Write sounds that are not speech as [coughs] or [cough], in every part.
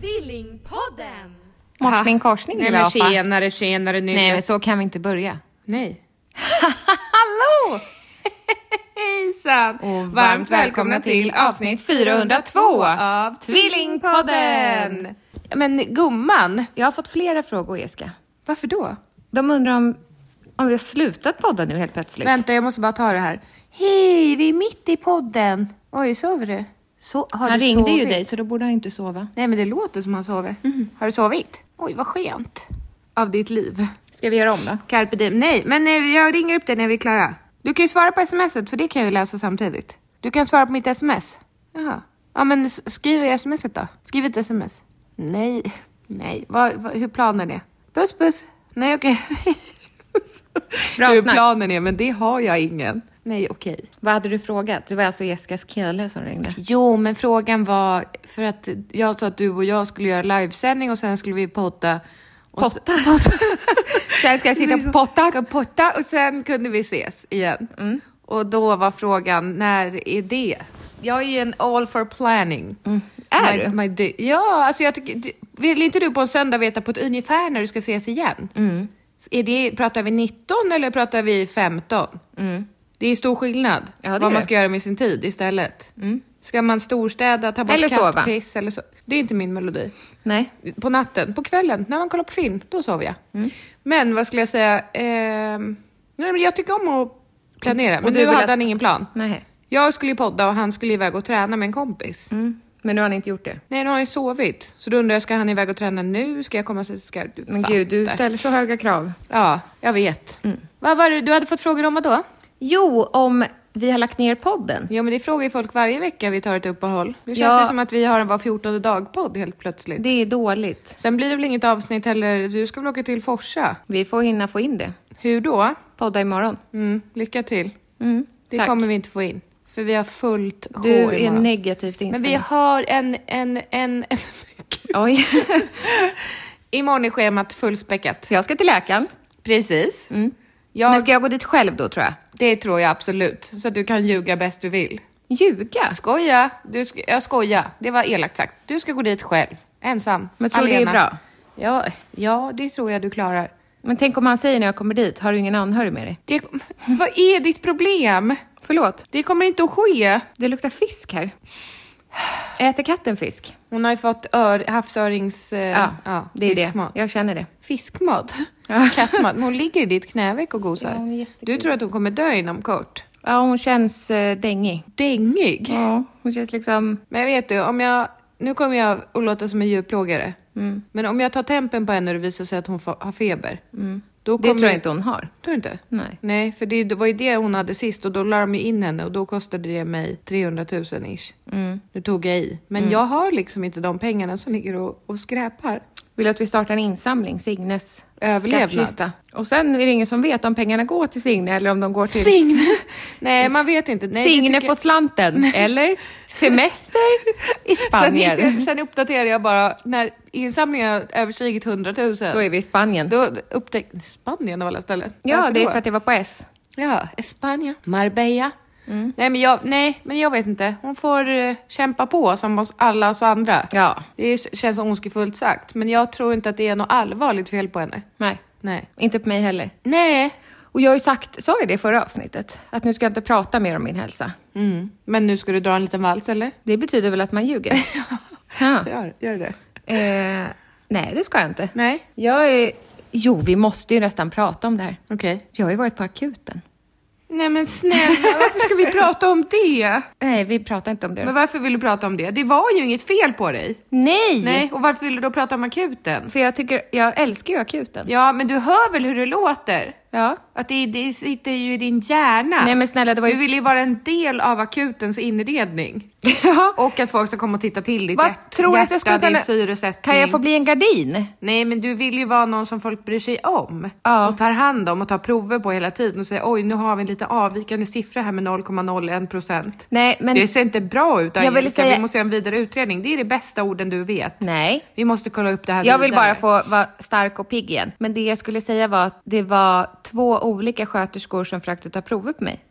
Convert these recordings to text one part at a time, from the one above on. Tvillingpodden! Morsning korsning Nej vill jag men ha, fa. tjenare, tjenare, nu Nej vet- men så kan vi inte börja. [laughs] Nej. Hallå! Hejsan! Och varmt välkomna till avsnitt 402 av Tvillingpodden. Men gumman, Jag har fått flera frågor Jessica. varför då? De undrar om, om vi har slutat podda nu helt plötsligt. Vänta, jag måste bara ta det här. Hej, vi är mitt i podden. Oj, sover du? So har han du ringde ju sovit? dig så då borde han ju inte sova. Nej, men det låter som han sover. Mhm. Har du sovit? Oj, vad skönt. Av ditt liv. Ska vi göra om då? Carpe diem. Nej, men eh, jag ringer upp dig när vi är klara. Du kan ju svara på smset, för det kan jag ju läsa samtidigt. Du kan svara på mitt sms. Jaha. Ja, men s- skriv smset då. Skriv ett sms. Nej, nej. Vad, vad, hur planen är? Puss, puss. Nej, okej. [laughs] Bra hur snack. planen är, men det har jag ingen. Nej, okej. Vad hade du frågat? Det var alltså Jessicas kille som ringde. Jo, men frågan var, för att jag sa att du och jag skulle göra livesändning och sen skulle vi podda. Och Potta? [laughs] Så, Sen ska Mm. jag sitta och potta. potta och sen kunde vi ses igen. Och då var frågan, när är det? Jag är ju en all for planning. Mm. Är my, du? My day. Ja, alltså jag tycker, vill inte du på en söndag veta på ett ungefär när du ska ses igen? Mm. Är det, pratar vi 19 eller pratar vi 15? Mm. Det är stor skillnad Ja, det vad man är det. Mm. ska göra med sin tid istället. Ska man storstäda, ta bort Eller sova. kattpiss eller så? Det är inte min melodi. Nej. Mm. På natten, på kvällen, när man kollar på film, då sover jag. Men vad skulle jag säga? Ehm, nej, men jag tycker om att planera, men du nu vill hade att- han ingen plan. Nej. Jag skulle ju podda och han skulle iväg och träna med en kompis. Mm. Men nu har han inte gjort det. Nej, nu har han ju sovit. Så då undrar jag, ska han iväg och träna nu? Ska jag komma? Sen? Ska... Du Men gud, du Mm. fattar. ställer så höga krav. Ja, jag vet. Vad var det? Du hade fått frågor om vad då? Jo, om vi har lagt ner podden. Ja, men det frågar ju folk varje vecka vi tar ett uppehåll. Det känns Ja. ju som att vi har en var fjortonde dag-podd helt plötsligt. Det är dåligt. Sen blir det väl inget avsnitt heller. Du ska väl åka till Forsa? Vi får hinna få in det. Hur då? Podda imorgon. Mm, lycka till. Mm. Det Tack. kommer vi inte få in. För vi har fullt hår Du är imorgon. negativt Men inställd. vi har en, en, en... en... [laughs] Oj. imorgon är schemat fullspäckat. jag ska till läkaren. Precis. Jag, Men ska jag gå dit själv då tror jag? Det tror jag absolut. Så att du kan ljuga bäst du vill. Ljuga? Skoja! Du sk- jag skojar. Det var elakt sagt. Du ska gå dit själv. Ensam. Men tror du det är allena. bra? Ja, ja, det tror jag du klarar. Men tänk om han säger när jag kommer dit, har du ingen anhörig med dig? Det, [laughs] vad är ditt problem? Förlåt, Det kommer inte att ske. det luktar fisk här. Äter katten fisk? Hon har ju fått ör, havsörings... Eh, Ja, det är fiskmat. det. Jag känner det. Fiskmat? [laughs] Kattmat? Men hon ligger i ditt knäveck och gosar. Ja, hon är jättegullig. du tror att hon kommer dö inom kort? Ja, hon känns eh, dängig. Dängig? Ja, hon känns liksom... Men vet du, om jag... Nu kommer jag att låta som en djurplågare. Mm. Men om jag tar tempen på henne och det visar sig att hon fa- har feber. Då Mm. Det kommer... tror jag inte hon har. Tror du inte? Nej. Nej, för det, det var ju det hon hade sist och då la de ju in henne och då kostade det mig 300 000 ish. Mm. Nu tog jag i. Men jag har liksom inte de pengarna som ligger och, och skräpar. Vill du att vi startar en insamling, Signes Överlevnad. skattkista? Och sen är det ingen som vet om pengarna går till Signe eller om de går till... Signe! [laughs] Nej, man vet inte. Nej, det Signe tycker får slanten, eller semester i jag... [laughs] sen, Spanien. sen uppdaterar jag bara när insamlingen har överstigit 100 000. Då är vi i Spanien. Då upptäckte Spanien av alla ställen. Ja, Varför det är då? för att det var på S. Ja, Spanien. Marbella. Nej, men jag, nej, men jag vet inte. Hon får eh, kämpa på som oss alla oss andra. Ja. Det är- känns ondskefullt sagt, men jag tror inte att det är något allvarligt fel på henne. Nej. Nej. Inte på mig heller. Nej, Och jag har ju sagt, sa ju det i förra avsnittet, att nu ska jag inte prata mer om min hälsa. mm. men nu ska du dra en liten vals [laughs] eller? Det betyder väl att [laughs] man ljuger? ja. Gör, gör det. Eh, nej, det ska jag inte. Nej. Jag är... Jo, vi måste ju nästan prata om det här. Okej. Jag har ju varit på akuten. Nej men snälla, varför ska [laughs] vi prata om det? Nej, vi pratar inte om det. då. Men varför vill du prata om det? Det var ju inget fel på dig. Nej! Nej, och varför vill du då prata om akuten? För jag tycker, jag älskar ju akuten. Ja, men du hör väl hur det låter? Ja. Att det, det sitter ju i din hjärna. Nej, men snälla, det var ju- Du vill ju vara en del av akutens inredning. Ja. [laughs] Och att folk ska komma och titta till ditt Vad hjärta, tror du att jag skulle din kunna... syresättning. Kan jag få bli en gardin? Nej, men du vill ju vara någon som folk bryr sig om. Ja. Och tar hand om och tar prover på hela tiden och säger oj, nu har vi en lite avvikande siffra här med 0,01 procent. Nej, men... Det ser inte bra ut Angelica, ville säga- vi måste göra en vidare utredning. Det är det bästa orden du vet. Nej. Vi måste kolla upp det här Jag vill vidare. bara få vara stark och pigg igen. Men det jag skulle säga var att det var två olika sköterskor som försökte ta prover på mig.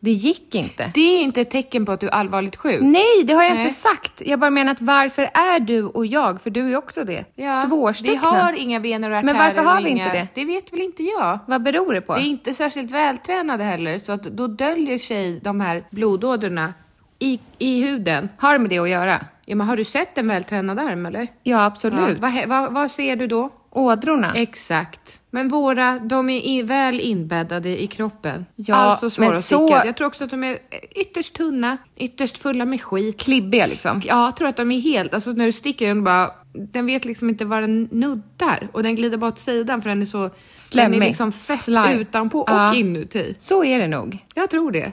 Det gick inte. Mm. Det är inte ett tecken på att du är allvarligt sjuk. Nej, det har jag Nej. inte sagt. Jag bara menar att varför är du och jag, för du är också det, Vi svårstuckna? har inga ben och artärer Men varför har och vi inga... inte det? Det vet väl inte jag. Vad beror det på? Vi är inte särskilt vältränade heller, så att då döljer sig de här blodådrorna i, i huden. Har det med det att göra? Ja, men har du sett en vältränad arm eller? Ja, Ja, absolut. vad, hä- vad, vad ser du då? Ådrorna? Exakt. Men våra, de är i, väl inbäddade i kroppen. Ja, alltså svåra men att så- sticka. Jag tror också att de är ytterst tunna, ytterst fulla med skit. Klibbiga liksom? Ja, jag tror att de är helt, alltså när du sticker den bara, den vet liksom inte var den nuddar och den glider bara åt sidan för den är så Den Slemmig. är liksom fett Slime. utanpå och Ja. inuti. Så är det nog. Jag tror det.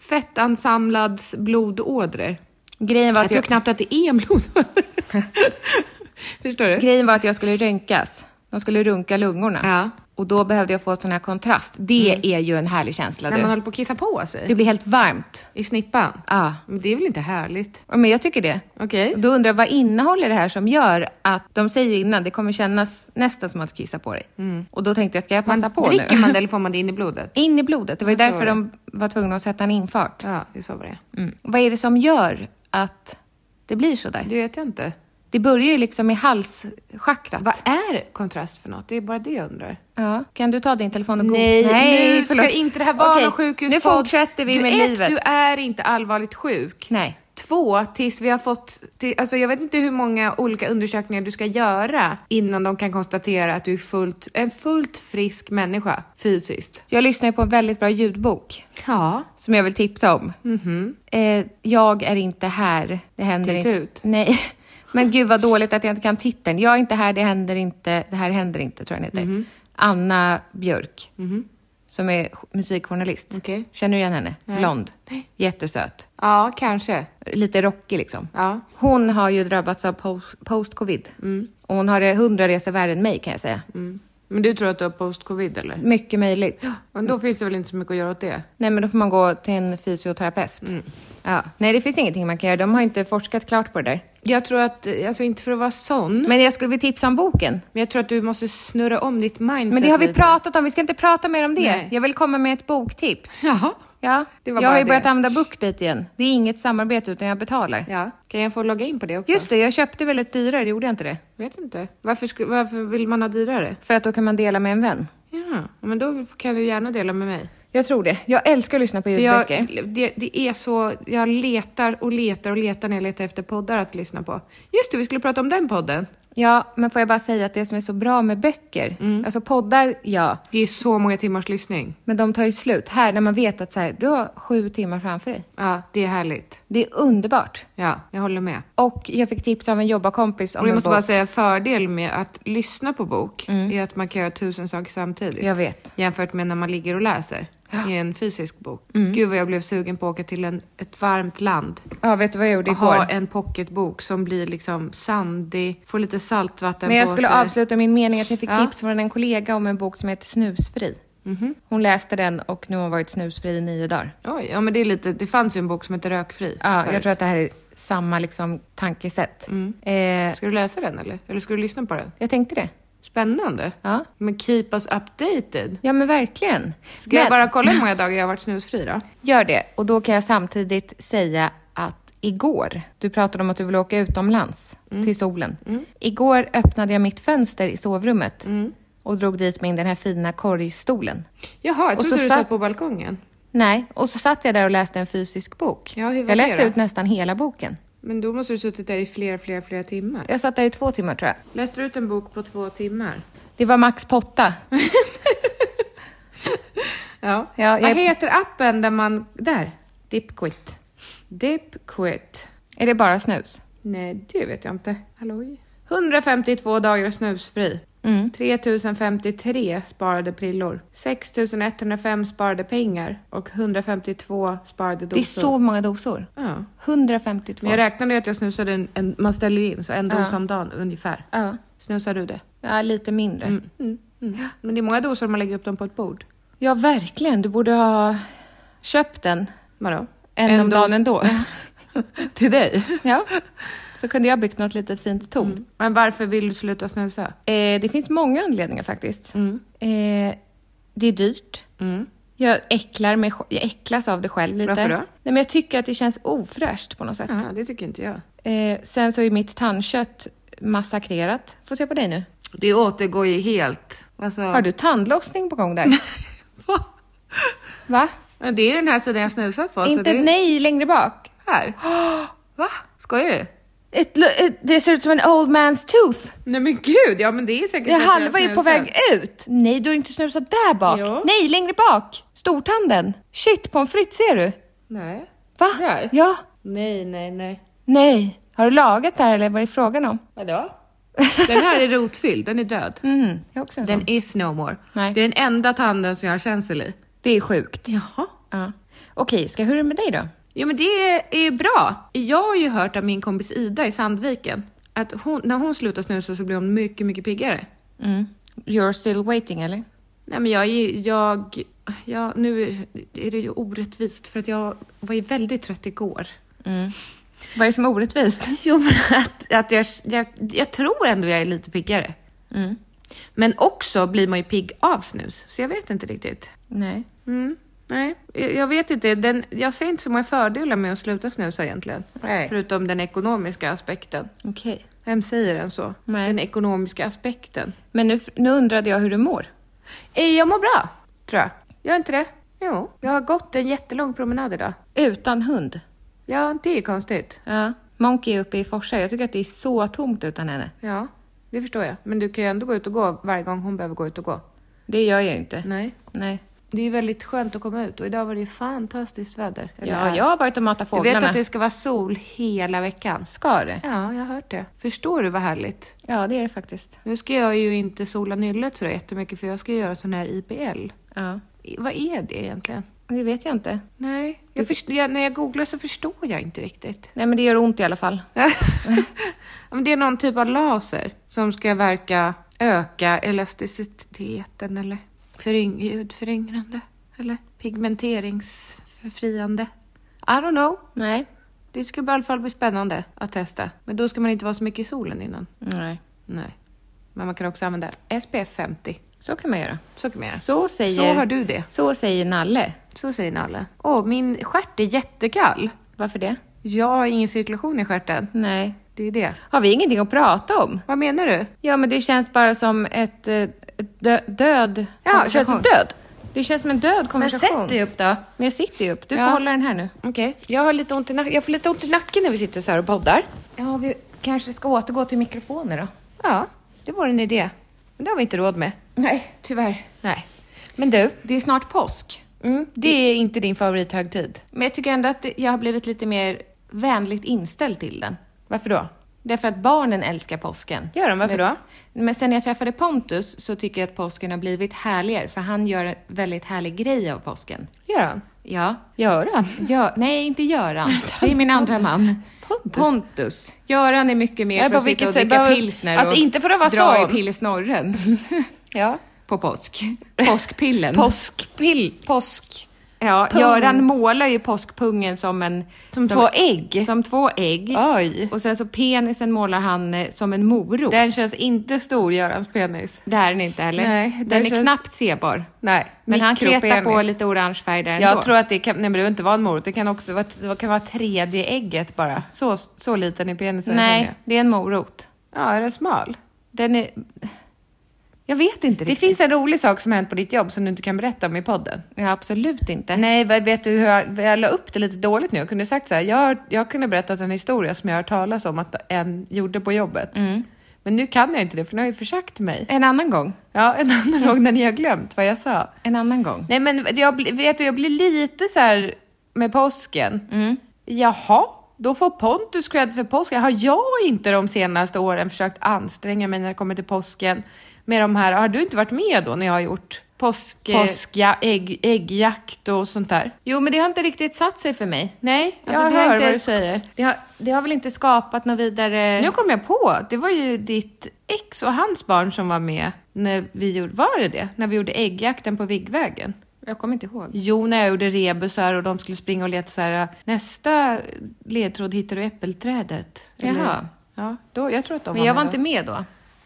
Fettansamlads blodådror. Grejen var, Jag att tror jag, knappt att det är en blodåder. [laughs] Förstår du? grejen var att jag skulle röntgas. De skulle runka lungorna. Ja. Mm. Och då behövde jag få sån här kontrast. Det är ju en härlig känsla När man du. håller på att kissa på sig Det blir helt varmt. i snippan. Ja. Men det är väl inte härligt? Ja, Men jag tycker det. Okej. Då undrar jag, vad innehåller det här som gör att, de säger ju innan, det kommer kännas nästan som att kissa på dig. Och då tänkte jag, ska jag passa på nu? Dricker Mm. [laughs] man det eller får man det in i blodet? [laughs] In i blodet. Det var ju Ja, så därför var de var tvungna att sätta en infart. Ja, det är så var det Mm. Vad är det som gör att det blir så där? Det vet jag inte. Det börjar ju liksom i halschakrat. Vad är kontrast för något? Det är bara det jag undrar. Ja. Kan du ta din telefon och gå? Nej, nu förlåt. ska inte det här vara Okej, någon sjukhuspodd. Nu fortsätter vi du, med ett, livet. Du är inte allvarligt sjuk. Nej. Två, tills vi har fått... Till, alltså jag vet inte hur många olika undersökningar du ska göra innan de kan konstatera att du är fullt, en fullt frisk människa fysiskt. Jag lyssnar ju på en väldigt bra ljudbok Ja. som jag vill tipsa om. Mm-hmm. Eh, jag är inte här, det händer Titt inte. ut. Nej. [laughs] Men gud vad dåligt att jag inte kan titeln. Jag är inte här, det händer inte, det här händer inte, tror jag den Mm-hmm. heter. Anna Björk, som är j- musikjournalist. Okej. Känner du igen henne? Blond, jättesöt, Ja, kanske. lite rockig liksom. Ja. Hon har ju drabbats av post- post-covid. Mm. Och hon har det hundra resor värre än mig kan jag säga. Men du tror att du har post-covid eller? Mycket möjligt. Men då finns det väl inte så mycket att göra åt det? Nej, men då får man gå till en fysioterapeut. Mm. Ja. Nej, det finns ingenting man kan göra. De har inte forskat klart på det där. Jag tror att, alltså inte för att vara sån, Men jag skulle vilja tipsa om boken. men jag tror att du måste snurra om ditt mindset Men det har vi lite. pratat om. Vi ska inte prata mer om det. Nej. Jag vill komma med ett boktips. Jaha. Ja, Det var jag har bara ju börjat det. använda BookBeat igen. Det är inget samarbete utan jag betalar. Ja. Kan jag få logga in på det också? Just det, jag köpte väldigt dyrare, gjorde jag inte det? Vet inte. Varför, sku- varför vill man ha dyrare? För att då kan man dela med en vän. Ja, men då kan du gärna dela med mig. Jag tror det. Jag älskar att lyssna på För jag, ljudböcker. det, det är så, jag letar och letar och letar när jag letar efter poddar att lyssna på. Just det, vi skulle prata om den podden. Ja, men får jag bara säga att det som är så bra med böcker, Mm. alltså poddar, ja, Det är så många timmars lyssning. men de tar ju slut. Här, när man vet att så här, du har sju timmar framför dig. Ja, det är härligt. Det är underbart. Ja, jag håller med. Och jag fick tips av en jobbarkompis om Och jag en måste bok. Mm. bara säga fördel med att lyssna på bok är att man kan göra tusen saker samtidigt. Jag vet. Jämfört med när man ligger och läser i en fysisk bok. Mm. Gud vad jag blev sugen på att åka till en, ett varmt land. Ja, vet du vad jag gjorde Och ha igår? en pocketbok som blir liksom sandig, får lite saltvatten Men jag på skulle sig. avsluta min mening att jag fick Ja. Mhm. tips från en kollega om en bok som heter Snusfri. Hon läste den och nu har hon varit snusfri i nio dagar. Oj, ja men det är lite, det fanns ju en bok som heter Rökfri. Ja, förut. jag tror att det här är samma liksom, tankesätt. Eh, Mm. Ska du läsa den eller? Eller ska du lyssna på den? jag tänkte det. Spännande. Ja. Men keep us updated. Ja, men verkligen. Ska men, jag bara kolla hur många dagar jag har varit snusfri då? Gör det. Och då kan jag samtidigt säga att igår, du pratade om att du ville åka utomlands Mm. till solen. Igår öppnade jag mitt fönster i sovrummet Mm. och drog dit min den här fina korgstolen. Jaha, jag Och trodde så du satt- satt på balkongen. Nej, och så satt jag där och läste en fysisk bok. Ja, hur var jag det läste då? ut nästan hela boken. Men då måste du suttit där i flera, flera, flera timmar. Jag satt där i två timmar tror jag. Läste du ut en bok på två timmar? Det var [laughs] Max Potta. Ja. Ja, Vad jag- heter appen där man... Där! Dipquit. Dipquit. Är det bara snus? Nej, det vet jag inte. Halloj. 152 dagar snusfri. Mm. 3053 sparade prillor. 6105 sparade pengar. Och 152 sparade dosor. Det är så många dosor. Ja. 152. Men jag räknade ju att jag snusade en, en man ställer ju in, så en dos om dagen ungefär. Ja. Snusar du det? ja, lite mindre. Mm. Men det är många doser om man lägger upp dem på ett bord. Ja, verkligen. Du borde ha köpt den. Vadå? En, om dos- dagen ändå. [laughs] Till dig? ja. Så kunde jag byggt något litet fint torn. Men varför vill du sluta snusa? Eh, det finns många anledningar faktiskt. Eh, det är dyrt. Jag, äcklar mig, sj- jag äcklas av det själv Mm. lite. Varför då? Nej, men jag tycker att det känns ofräscht på något sätt. Ja, det tycker inte jag. Eh, sen så är mitt tandkött massakrerat. Får se på dig nu. Det återgår ju helt. Alltså... Har du tandlossning på [laughs] gång där? Va? Men det är den här sidan jag snusat på. Inte, så det... nej, längre bak. Här? Va? Skojar du? Ett, lo- ett, det ser ut som en old man's tooth. Nej men gud, ja men det är säkert Det att jag halva är på snusar. väg ut. Nej, du har inte snusat där bak. Jo. Nej, längre bak. Stortanden. Shit, pommes frites ser du. Nej. Va? Där? Ja. Nej, nej, nej. Nej. Har du lagat där eller vad är frågan om? Vadå? Den här är rotfylld, den är död. Mm, jag har också en sån. Den is no more. Nej. Det är den enda tanden som jag har känsel i. Det är sjukt. Jaha. Ja. Okej, ska hur är det med dig då? Jo men det är bra. Jag har ju hört av min kompis Ida i Sandviken att hon, när hon slutar snusa så blir hon mycket, mycket piggare. Mm. You're still waiting eller? Nej men jag är ju, jag, jag, nu är det ju orättvist för att jag var ju väldigt trött igår. Vad är det som är orättvist? Jo, men att, att jag, jag, jag tror ändå jag är lite piggare. Mm. Men också blir man ju pigg av snus, så jag vet inte riktigt. Mm. Nej. Nej, jag jag vet inte. Den, jag ser inte så många fördelar med att sluta snusa egentligen. Nej. Förutom den ekonomiska aspekten. Okej. Vem säger en så? Nej. Den ekonomiska aspekten. Men nu, nu undrade jag hur du mår. Eh, Jag mår bra, tror jag. Gör inte det? Jo, jag har gått en jättelång promenad idag. Utan hund. Ja, det är ju konstigt. Ja. Monkey är uppe i Forsa. Jag tycker att det är så tomt utan henne. Ja, det förstår jag. Men du kan ju ändå gå ut och gå varje gång hon behöver gå ut och gå. Det gör jag ju inte. Nej. Nej. Det är väldigt skönt att komma ut och idag var det ju fantastiskt väder. Eller Ja, är. jag har varit och matat Du fåglarna. vet att det ska vara sol hela veckan? Ska det? Ja, jag har hört det. Förstår du vad härligt? Ja, det är det faktiskt. Nu ska jag ju inte sola nyllet så jättemycket för jag ska ju göra sån här IPL. Ja. I- Vad är det egentligen? Det vet jag inte. Nej, jag först- jag, när jag googlar så förstår jag inte riktigt. Nej, men det gör ont i alla fall. Ja, Men det är någon typ av laser som ska verka öka elasticiteten eller föryng- ljudföryngrande eller pigmenteringsfriande. I don't know. Nej. Det ska i alla fall bli spännande att testa. Men då ska man inte vara så mycket i solen innan. Nej. Nej. Men man kan också använda SPF 50. Så kan man göra. Så kan man göra. Så säger... Så har du det. Så säger Nalle. Så säger Nalle. Åh, min stjärt är jättekall. Varför det? Jag har ingen cirkulation i stjärten. Nej. Det är det. Har vi ingenting att prata om? Vad menar du? Ja, men det känns bara som ett, eh, ett dö död Ja, känns det död? Det känns som en död Men konversation. sätt dig upp då. Men jag sitter ju upp. Du Ja. får hålla den här nu. Okej. Jag har lite ont i nacken. Jag får lite ont i nacken när vi sitter så här och poddar. Ja, vi kanske ska återgå till mikrofoner då. Ja, det var en idé. Men det har vi inte råd med. Nej, tyvärr. Nej. Men du, Det är snart påsk. mm, det är inte din favorithögtid. Men jag tycker ändå att det- jag har blivit lite mer vänligt inställd till den. Varför då? Därför att barnen älskar påsken. Gör de? Varför då? Men sen jag träffade Pontus så tycker jag att påsken har blivit härligare för han gör en väldigt härlig grej av påsken. Gör han? Ja. Gör han? Ja, nej, [laughs] inte Göran. Det är min andra man. Pontus. Pontus. Göran är mycket mer Ja, för på att sitta vilket och sätt? dricka Bara- pilsner Alltså, och inte för att vara dra sån. i pillsnorren [laughs] Ja. på påsk. Påskpillen. Mm. Påskpill... Påsk... Ja, Pung. Göran målar ju påskpungen som en... Som två ägg. Som två ägg. Oj. Och sen så penisen målar han eh, som en morot. Den känns inte stor, Görans penis. Det är den inte heller. Nej, den den är känns- knappt sebar. Nej, Men han kletar på mikropenis. lite orange färg där Jag ändå. tror att det kan, nej men det behöver inte vara en morot, det kan också vara, det kan vara tredje ägget bara. Så, så liten är penisen Nej, känner det är en morot. jag. Ja, är den smal? Den är... Jag vet inte Det riktigt. finns en rolig sak som har hänt på ditt jobb som du inte kan berätta om i podden. Ja, absolut inte. Nej, vad- vet du hur jag, jag la upp det lite dåligt nu? Jag kunde sagt så här, jag, har- jag kunde berättat en historia som jag har hört talas om att en gjorde på jobbet. Men nu kan jag inte det, för nu har jag ju försökt mig. En annan gång. Ja, en [laughs] annan gång när ni har glömt vad jag sa. En annan gång. Nej men jag, bli- vet du, jag blir lite så här med påsken. Jaha, då får Pontus cred för påsken. Har jag inte de senaste åren försökt anstränga mig när det kommer till påsken med de här, har du inte varit med då när jag har gjort Påsk... eh, påskja, ägg, äggjakt och sånt där? Jo, men det har inte riktigt satt sig för mig. Nej, jag Alltså, det har hör inte- vad du säger. Det har, det har väl inte skapat något vidare... Nu kom jag på, det var ju ditt ex och hans barn som var med när vi gjorde, var det det? När vi gjorde äggjakten på Viggvägen? Jag kommer inte ihåg. Jo, när jag gjorde rebusar och de skulle springa och leta så här, nästa ledtråd hittar du äppelträdet. Jaha. Ja, då, jag tror att de Men jag var med inte då. med då.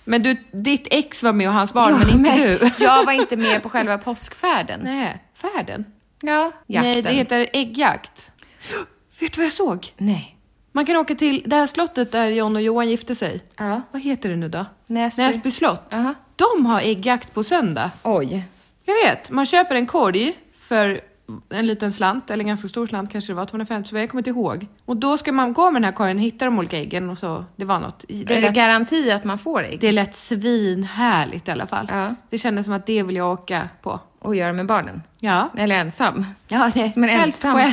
Men du, ditt ex var med och hans barn, men inte du. [laughs] Jag var inte med på själva påskfärden. [laughs] Nej, färden. Ja, jakten. Nej, det heter äggjakt. [gasps] Vet du vad jag såg? Nej. Man kan åka till det här slottet där John och Johan gifte sig. Ja. Vad heter det nu då? Näsby. Näsby slott. Aha. De har äggjakt på söndag. Oj. Jag vet, man köper en korg för en liten slant, eller en ganska stor slant kanske det var, 250 spänn, jag kommer inte ihåg. Och då ska man gå med den här korgen, hitta de olika äggen och så, det var något. Det är det lät, garanti att man får ägg? det lät svinhärligt i alla fall. Ja. Det kändes som att det vill jag åka på. Och göra med barnen? Ja. Eller [laughs] ensam? Ja, nej. Men Helst ensam. själv.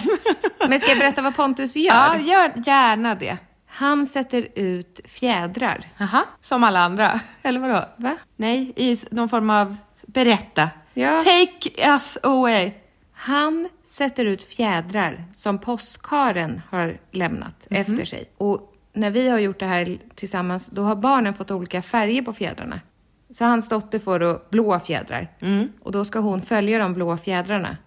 Men ska jag berätta vad Pontus [laughs] gör? Ja, gör gärna det. Han sätter ut fjädrar. Aha. Som alla andra, eller vadå? Va? Nej, i s- någon form av berätta. Ja. Take us away. Han sätter ut fjädrar som påskkaren har lämnat efter sig. Och när vi har gjort det här tillsammans, då har barnen fått olika färger på fjädrarna. Så hans dotter får då blå fjädrar. Och då ska hon följa de blå fjädrarna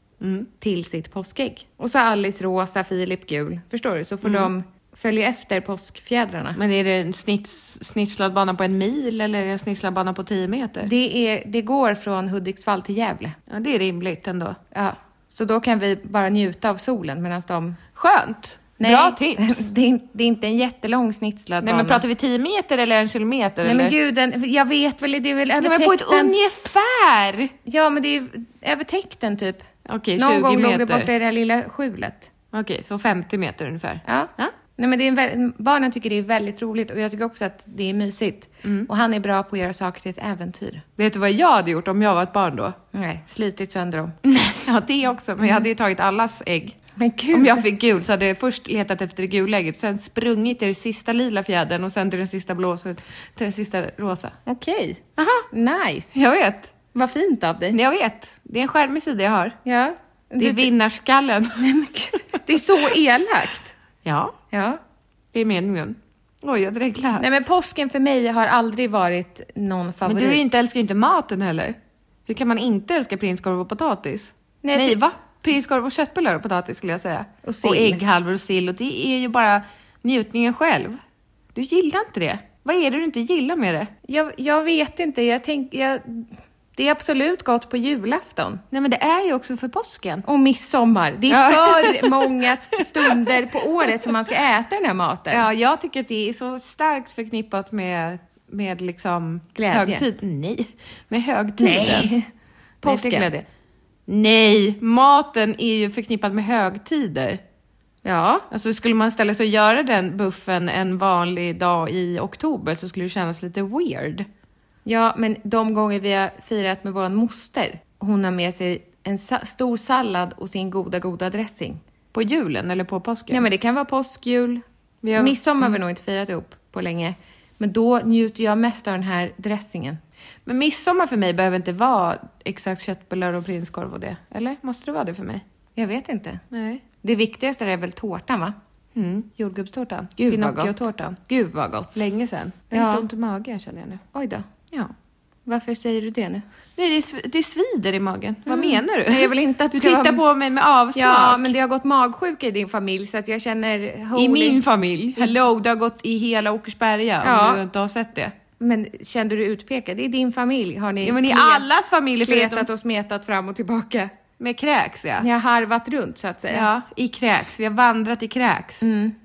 till sitt påskägg. Och så Alice rosa, Filip gul. Förstår du? Så får de följa efter påskfjädrarna. Men är det en snits, snitslad bana på en mil eller är det en snitslad bana på 10 meter? Det, är, det går från Hudiksvall till Gävle. Ja, det är rimligt ändå. Ja. Så då kan vi bara njuta av solen medan de Skönt! Bra tips! [laughs] det, är, in- det är inte en jättelång snitslad Nej bana. men pratar vi 10 meter eller en kilometer? Nej eller? men gud, den, jag vet väl, det är väl över Nej, men på ett täkten. ungefär! Ja men det är över täkten typ. Okej, Någon 20 gång låg det meter. borta i det här lilla skjulet. Okej, för 50 meter ungefär. Ja. Ja. Nej men det är en, vä- barnen tycker det är väldigt roligt och jag tycker också att det är mysigt. Mm. Och han är bra på att göra saker till ett äventyr. Vet du vad jag hade gjort om jag var ett barn då? Nej, slitit sönder dem. ja, det också. Men jag hade ju tagit allas ägg. [laughs] Men gud! Om jag fick gul så hade jag först letat efter det gula ägget, sen sprungit till den sista lila fjädern och sen till den sista blå, så till den sista rosa. Okej. Aha. Nice! Jag vet. Vad fint av dig. Jag vet. Det är en skärmig sida jag har. Ja. Det är Du- [laughs] vinnarskallen. det är så elakt. ja, Ja. det är meningen. Oj, jag dreglar. Nej men påsken för mig har aldrig varit någon Men favorit. du är ju inte, älskar ju inte maten heller. Hur kan man inte älska prinskorv och potatis? Nej, Nej, ty- va? Prinskorv och köttbullar och potatis skulle jag säga. Och sill. ägghalvor och sill. Och det är ju bara njutningen själv. Du gillar inte det. Vad är det du inte gillar med det? jag, jag vet inte, jag tänk, jag, det är absolut gott på julafton. Nej men det är ju också för påsken. Och midsommar. Det är Ja. [laughs] för många stunder på året som man ska äta den här maten. Ja, jag tycker att det är så starkt förknippat med, med liksom Glädje. högtid. Nej, med högtiden. Nej. Påsken. Påsken. Nej, det är glädje. Nej, maten är ju förknippad med högtider. Ja. Alltså skulle man ställa sig och göra den buffen en vanlig dag i oktober så skulle det kännas lite weird. Ja, men de gånger vi har firat med våran moster, hon har med sig en sa- stor sallad och sin goda, goda dressing. På julen eller på påsken. Nej men det kan vara påsk, jul. Vi har- Mm. Midsommar har vi nog inte firat ihop på länge. Men då njuter jag mest av den här dressingen. Men midsommar för mig behöver inte vara exakt köttbullar och prinskorv och det. Eller? Måste det vara det för mig? Jag vet inte. Nej. Det viktigaste är väl tårtan va? Mm. Jordgubbstårtan. Gud vad gott. Pinocchio-tårtan. Gud vad gott. Länge sedan. Jag har Ja. lite ont i magen känner jag nu. Oj då. Ja. Varför säger du det nu? Nej, det, sv- det svider i magen. Vad menar du? Mm. Nej, jag vill inte att du det ska tittar vara- på mig med avsmak. Ja, men det har gått magsjuka i din familj så att jag känner... I holy- min familj. Hello, det har gått i hela Åkersberga Mm. Ja. om du inte har sett det. Men kände du utpekad? Det är din familj. Har ni Ja, men i klet- allas familjer kletat förutom... och smetat fram och tillbaka? Med kräks ja. Ni har harvat runt så att säga. Ja, i kräks. Vi har vandrat i kräks.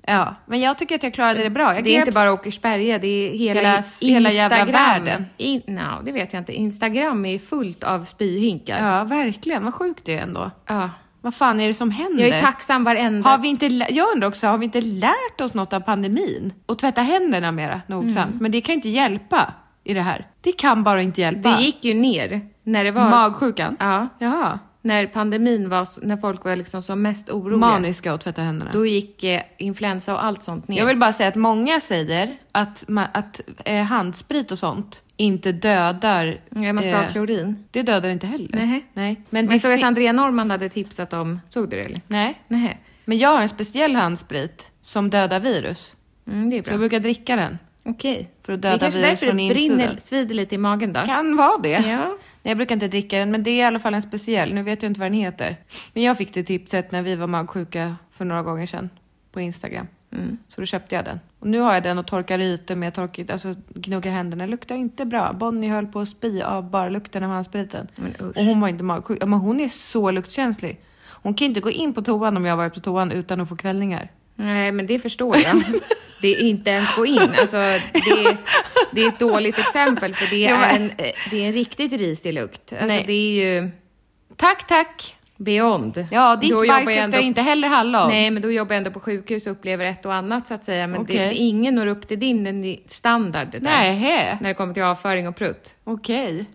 Ja, men jag tycker att jag klarade det bra. Jag Mm. Det är greps- inte bara Åkersberga, det är hela, Hela- i- hela jävla Instagram. världen. In, no, det vet jag inte. Instagram är fullt av spyhinkar. Ja, verkligen. Vad sjukt det är ändå. Ja. Vad fan är det som händer? Jag är tacksam varenda... Har vi inte, lä- jag undrar också, har vi inte lärt oss något av pandemin? Att tvätta händerna mera Mm. nogsamt. Men det kan inte hjälpa i det här. Det kan bara inte hjälpa. Det gick ju ner när det var... Magsjukan? Ja. Jaha. När pandemin var, s- när folk var liksom som mest oroliga. Maniska att tvätta händerna. Då gick eh, influensa och allt sånt ner. Jag vill bara säga att många säger att, ma- att eh, handsprit och sånt inte dödar... Nej, man ska eh, ha klorin. Det dödar inte heller. Nej. Nej. Men, det jag såg att fin- Andrea Norman hade tipsat om... Såg du det eller? Nej. Nej. Men jag har en speciell handsprit som dödar virus. Mm, det är Så jag bra. brukar dricka den. Okej. För att Det är döda kanske virus därför från det brinner, insidan. svider lite i magen då. Kan vara det. Ja. Nej, jag brukar inte dricka den, men det är i alla fall en speciell. Nu vet jag inte vad den heter. Men jag fick det tipset när vi var magsjuka för några gånger sedan på Instagram. Mm. Så då köpte jag den. Och nu har jag den och torkar ytor med torkigt, alltså gnuggar händerna. Luktar inte bra. Bonnie höll på att spy av bara lukten av handspriten. Men usch. Och hon var inte magsjuk. Ja, men hon är så luktkänslig. Hon kan inte gå in på toan om jag har varit på toan utan att få kvällningar. Nej, men det förstår [laughs] jag. Det är inte ens gå in. Alltså, det, det är ett dåligt exempel för det Ja, är men- en, eh, det är en riktigt risig lukt. Alltså, Nej. det är ju Tack, tack! beyond. Ja, ditt Då jobbar bajs jag luktar ändå- inte heller hallon. Nej, men då jobbar jag ändå på sjukhus och upplever ett och annat så att säga. Men det, Okej. det, ingen når upp till din ni- standard där. Nähä. När det kommer till avföring och prutt. Okej.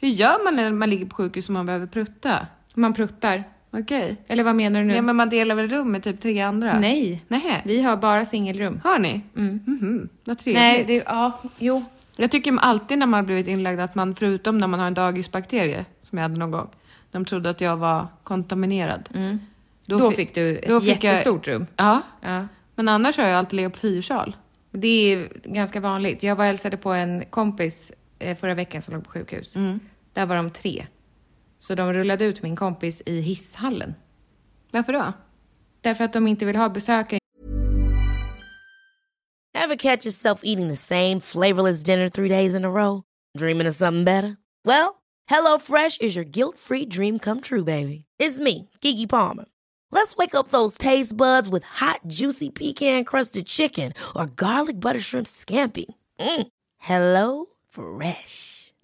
Hur gör man när man ligger på sjukhus och man behöver prutta? Man pruttar. Okej. Eller vad menar du nu? Ja, men man delar väl rum med typ tre andra? Nej. Nähä. Vi har bara singelrum. Har ni? Mm. Mhm. Vad trevligt. Nej, det, ja, jo. Jag tycker alltid när man har blivit inlagd att man, förutom när man har en dagisbakterie, som jag hade någon gång, de trodde att jag var kontaminerad. Mm. Då, fi- fick du ett då fick jag- jättestort rum. Ja. Ja. Men annars har jag alltid legat på fyrsal. Det är ganska vanligt. Jag var och hälsade på en kompis eh, förra veckan som låg på sjukhus. Mm. Där var de tre. Så de rullade ut min kompis i hisshallen. Varför då? Därför att de inte vill ha besökare Ever catch yourself eating the same flavorless dinner three days in a row? Dreaming of something better? Well, HelloFresh is your guilt-free dream come true, baby. It's me, Gigi Palmer. Let's wake up those taste buds with hot, juicy pecan-crusted chicken or garlic butter shrimp scampi. Mm. Hello Fresh.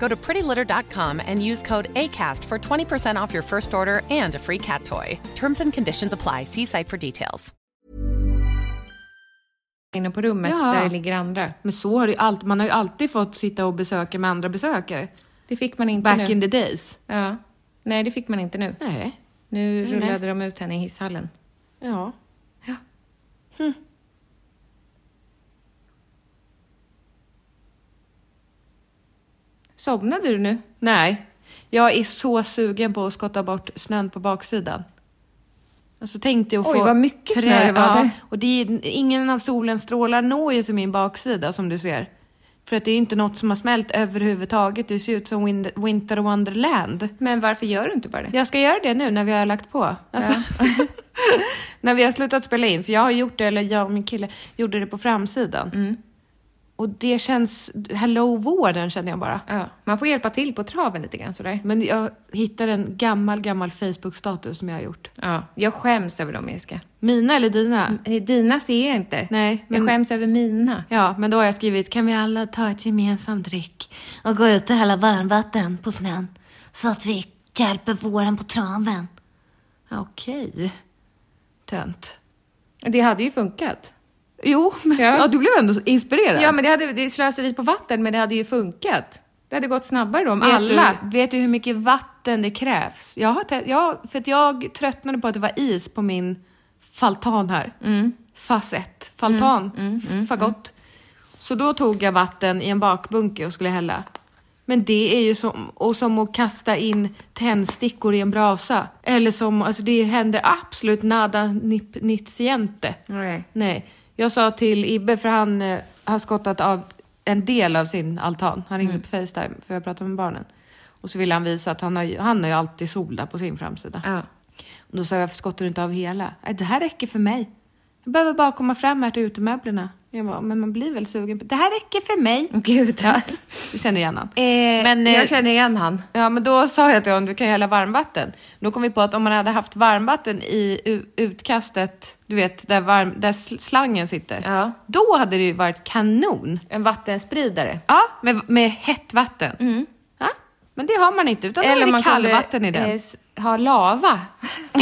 Go to prettylitter.com and use code ACAST for 20% off your first order and a free cat toy. Terms and conditions apply. See site for details. inne på rummet Ja. där det ligger andra. Men så har det ju alltid, man har ju alltid fått sitta och besöka med andra besökare. Det fick man inte Back nu. in the days. Ja. Nej, det fick man inte nu. Nej. Nu Nej. rullade de ut henne i hisshallen. Ja. Ja. Somnade du nu? Nej, jag är så sugen på att skotta bort snön på baksidan. Alltså tänk dig att Oj, få vad mycket snö det var där. Och det är, ingen av solens strålar når ju till min baksida som du ser. För att det är inte något som har smält överhuvudtaget. Det ser ut som Win- Winter Wonderland. Men varför gör du inte bara det? Jag ska göra det nu när vi har lagt på. Alltså, [laughs] när vi har slutat spela in. För jag har gjort det, eller jag och min kille gjorde det på framsidan. Mm. Och det känns, hello våren känner jag bara. Ja, man får hjälpa till på traven lite grann sådär. Men jag hittade en gammal, gammal Facebook-status som jag har gjort. Ja, jag skäms över dem Jessica. Mina eller dina? Eh, Dina ser jag inte. Nej, men... men- Jag skäms över mina. Ja, men då har jag skrivit, kan vi alla ta ett gemensamt dryck och gå ut och hälla varmvatten på snön? Så att vi hjälper våren på traven. Okej. Tönt. Det hade ju funkat. Jo, men Ja. ja. du blev ändå inspirerad. Ja, men det hade det är slöseri på vatten, men det hade ju funkat. Det hade gått snabbare då om vet alla... Du, vet du hur mycket vatten det krävs? Jag har te- jag, för att jag tröttnade på att det var is på min faltan här. Mm. Fasett. Faltan. Mm, Fagott. Så då tog jag vatten i en bakbunke och skulle hälla. Men det är ju som, och som att kasta in tändstickor i en brasa. Eller som, alltså det händer absolut nada nip, nitziente. Nej. Nej, jag sa till Ibbe, för han eh, har skottat av en del av sin altan. Han Mm. ringde på Facetime, för jag pratade med barnen. Och så ville han visa att han har, ju- han har ju alltid sol där på sin framsida. Ja. Och då sa jag, varför skottar du inte av hela? "Nej, Det här räcker för mig. Jag behöver bara komma fram här till utemöblerna. Jag bara, men man blir väl sugen på... Det här räcker för mig! Gud. Ja, du känner igen han. Eh, Men, eh, jag känner igen han. Ja, men då sa jag till honom, du kan ju hälla varmvatten. Då kom vi på att om man hade haft varmvatten i u- utkastet, du vet, där, varm, där sl- slangen sitter. Ja. Då hade det ju varit kanon. En vattenspridare. Ja, med, med hett vatten. Mm. Ja, men det har man inte, utan Eller då är det kallvatten i den. eh, s- ha lava. [laughs]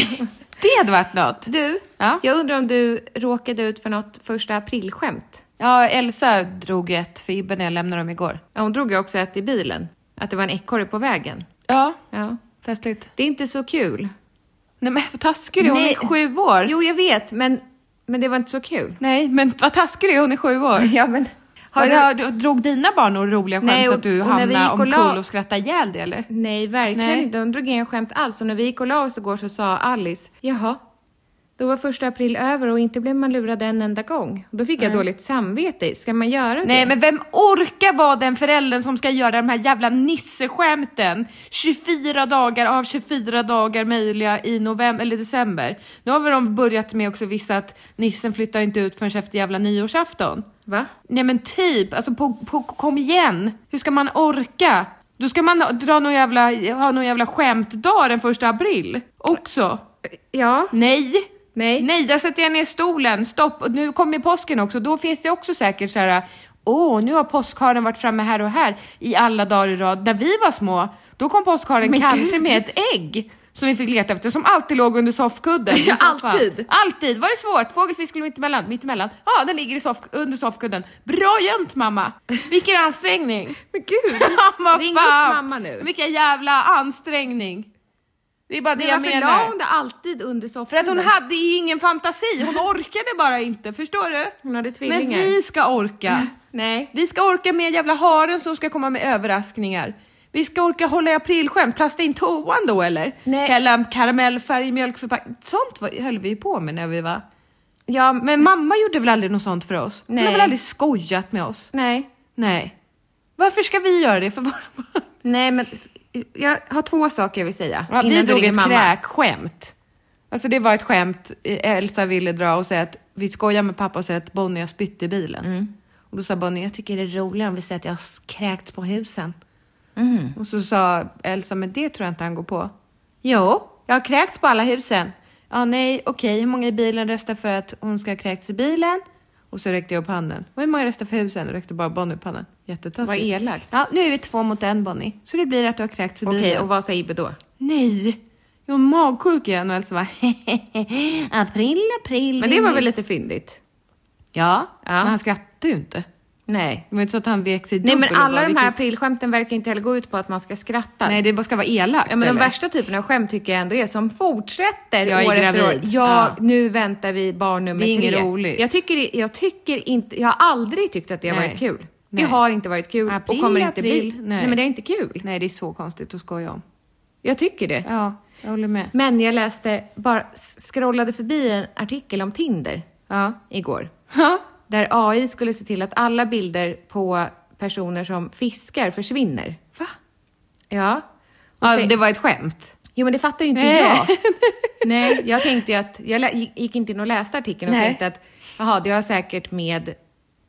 det hade varit något. Du, Ja. jag undrar om du råkade ut för något första aprilskämt? Ja, Elsa drog ett för Ibbe när jag lämnade dem igår. Ja, hon drog ju också ett i bilen. Att det var en ekorre på vägen. Ja, Ja. festligt. Det är inte så kul. Nej men vad taskig du är, hon Nej. är sju år. Jo, jag vet, men, men det var inte så kul. Nej, men vad taskig du är, hon är sju år. Ja, men... Har Har du, du... har, du- drog dina barn några roliga skämt Nej, så och- att du och när vi hamnade gick och la- omkull och skrattade ihjäl dig eller? Nej, verkligen Nej. inte. Hon drog inga skämt alls. Och när vi gick och la oss igår så sa Alice, jaha, då var första april över och inte blev man lurad en enda gång. Då fick jag dåligt samvete. Ska man göra det? Nej men vem orkar vara den föräldern som ska göra de här jävla nisseskämten 24 dagar av 24 dagar möjliga i november eller december. Nu har väl de börjat med också vissa att nissen flyttar inte ut förrän efter jävla nyårsafton. Va? Nej men typ, alltså på, på, kom igen! Hur ska man orka? Då ska man dra någon jävla, ha någon jävla skämtdag den första april också. Ja. Nej! Nej. Nej, där sätter jag ner stolen. Stopp! Och nu kommer ju påsken också. Då finns det också säkert så här. Åh, nu har påskharen varit framme här och här i alla dagar i rad. När vi var små, då kom påskharen Men kanske gud. med ett ägg som vi fick leta efter, som alltid låg under soffkudden. i Ja, soffan. alltid. Alltid! Var det svårt? Fågelfisk eller mittemellan? Mittemellan. Ja, den ligger i soff- under soffkudden. Bra gömt mamma! Vilken ansträngning! [laughs] Men [laughs] gud! Ja, vad Ring fan. upp mamma nu. Vilken jävla ansträngning! Det är bara det Men jag varför menar. la hon det alltid under soffan? För att hon hade ju ingen fantasi, hon orkade bara inte, förstår du? Hon hade tvillingar. Men vi ska orka. Nej. Vi ska orka med jävla haren som ska komma med överraskningar. Vi ska orka hålla i aprilskämt, plasta in toan då eller? Nej. Hälla karamellfärg i mjölkförpackning. Sånt var, höll vi på med när vi var... Ja, men... Men mamma gjorde väl aldrig något sånt för oss? Hon Nej. har väl aldrig skojat med oss? Nej. Nej. Varför ska vi göra det för våra barn? Nej, men s- jag har två saker jag vill säga Ja, vi innan du drog ringer ett mamma. kräkskämt. Alltså det var ett skämt eh, Elsa ville dra och säga att vi skojar med pappa och säger att Bonnie har spytt i bilen. Mm. Och då sa Bonnie, jag tycker det är roligare om vi säger att jag har kräkts på husen. Mm. Och så sa Elsa, men det tror jag inte han går på. Jo, jag har kräkts på alla husen. Ja, nej, okej, hur många i bilen röstar för att hon ska ha kräkts i bilen? Och så räckte jag upp handen. Och hur många röstar för husen? Och räckte bara Bonnie upp handen. Jättetaskigt. Vad elakt. Ja, nu är vi två mot en Bonnie. Så det blir att du har kräkts i Okej, bilen. och vad sa Ibbe då? Nej! Jag är magsjuk igen och Elsa bara [laughs] april, april. Men det var väl lite fyndigt? Ja, Ja. men han skrattade ju inte. Nej. Det var inte så att han vek sig Nej, dubbel men och alla bara, de här vilket- aprilskämten verkar inte heller gå ut på att man ska skratta. Nej, det bara ska vara elakt. Ja, men de eller? värsta typerna av skämt tycker jag ändå är som fortsätter Jag är år efter år. gravid. Ja, Ja. nu väntar vi barn nummer Det är inget tre. roligt. Jag tycker, det- jag tycker inte, jag har aldrig tyckt att det har Nej. varit kul. Nej. Det har inte varit kul April, och kommer inte april. bli. Nej. Nej. men det är inte kul. Nej, det är så konstigt att skoja om. Jag tycker det. Ja, jag håller med. Men jag läste, bara scrollade förbi en artikel om Tinder Ja. igår. Där AI skulle se till att alla bilder på personer som fiskar försvinner. Va? Ja. Ja, det var ett skämt. Jo, men det fattar ju inte Nej. [laughs] jag. Nej, jag tänkte ju att, jag lä- gick- gick inte in och läste artikeln och Nej. tänkte att, jaha, det har säkert med,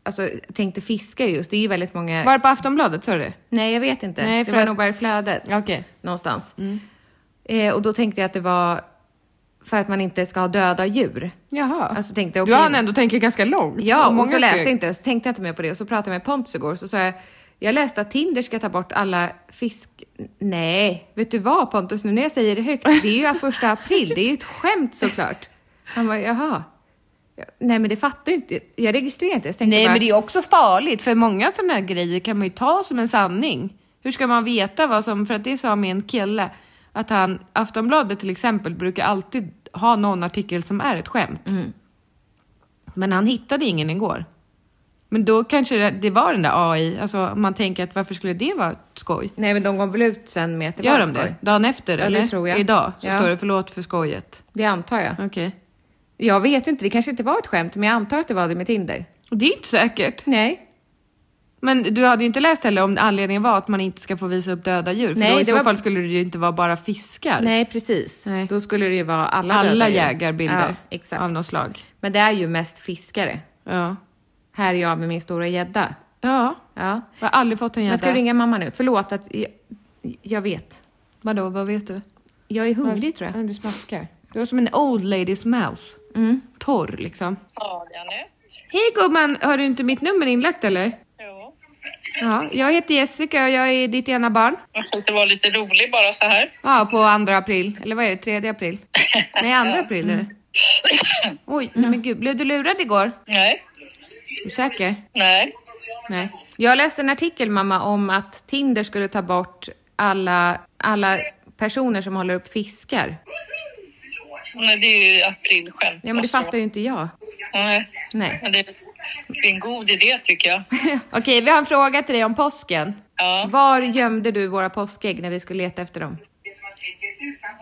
alltså jag tänkte fiska just, det är ju väldigt många... Var det på Aftonbladet sa du? Nej, jag vet inte. Nej, det för var att- nog bara i flödet. Okej. Mm. Någonstans. Eh, och då tänkte jag att det var för att man inte ska ha döda djur. Jaha. Alltså tänkte jag, Du okej. hann ändå tänka ganska långt. Ja, och Många så läste steg. jag inte det, så tänkte jag inte mer på det. Och så pratade jag med Pontus igår, så sa jag, jag läste att Tinder ska ta bort alla fisk... Nej, vet du vad Pontus, nu när jag säger det högt, det är [laughs] ju första april, det är ju ett skämt såklart. Han var jaha. Ja, Nej men det fattar ju inte, jag registrerar inte. Jag tänkte Nej, bara, men det är också farligt för många sådana här grejer kan man ju ta som en sanning. Hur ska man veta vad som, för att det sa min kille, att han, Aftonbladet till exempel brukar alltid ha någon artikel som är ett skämt. Mm. Men han hittade ingen igår. Men då kanske det, det var den där AI, alltså man tänker att varför skulle det vara skoj? Nej men de går väl ut sen med att det Gör var de ett skoj. det? Dagen efter? Ja, det eller? tror jag. Idag så Ja. står det förlåt för skojet. Det antar jag. Okej. Jag vet ju inte, det kanske inte var ett skämt, men jag antar att det var det med Tinder. Och Det är inte säkert. Nej, Men du hade ju inte läst heller om anledningen var att man inte ska få visa upp döda djur? För Nej, då i det så var- fall skulle det ju inte vara bara fiskar. nej precis. Nej. Då skulle det ju vara alla döda Alla djur. jägarbilder Ja, exakt. av något slag. Men det är ju mest fiskare. Ja. Här är jag med min stora gädda. ja, Ja. jag har aldrig fått en Jag gädda. ska ringa mamma nu. Förlåt att jag, jag vet. Vadå, vad vet du? Jag är hungrig tror Ja, jag. du smaskar. Du har som en old lady's mouth. Mm. Torr liksom. Hej gumman, har du inte mitt nummer inlagt eller? Jo. Ja, jag heter Jessica och jag är ditt ena barn. Jag tänkte vara lite rolig bara så här. Ja, på andra april. Eller vad är det? Tredje april? Nej, andra april Mm. är det. [coughs] Oj, nej men gud. Blev du lurad igår? Nej, Är du säker? nej. Nej. Jag läste en artikel mamma om att Tinder skulle ta bort alla, alla personer som håller upp fiskar. nej det är ju aprilskämt. Ja men det fattar ju inte jag. Nej. Nej. Men det, det är en god idé tycker jag. Okej, vi har en fråga till dig om påsken. Ja. Var gömde du våra påskägg när vi skulle leta efter dem?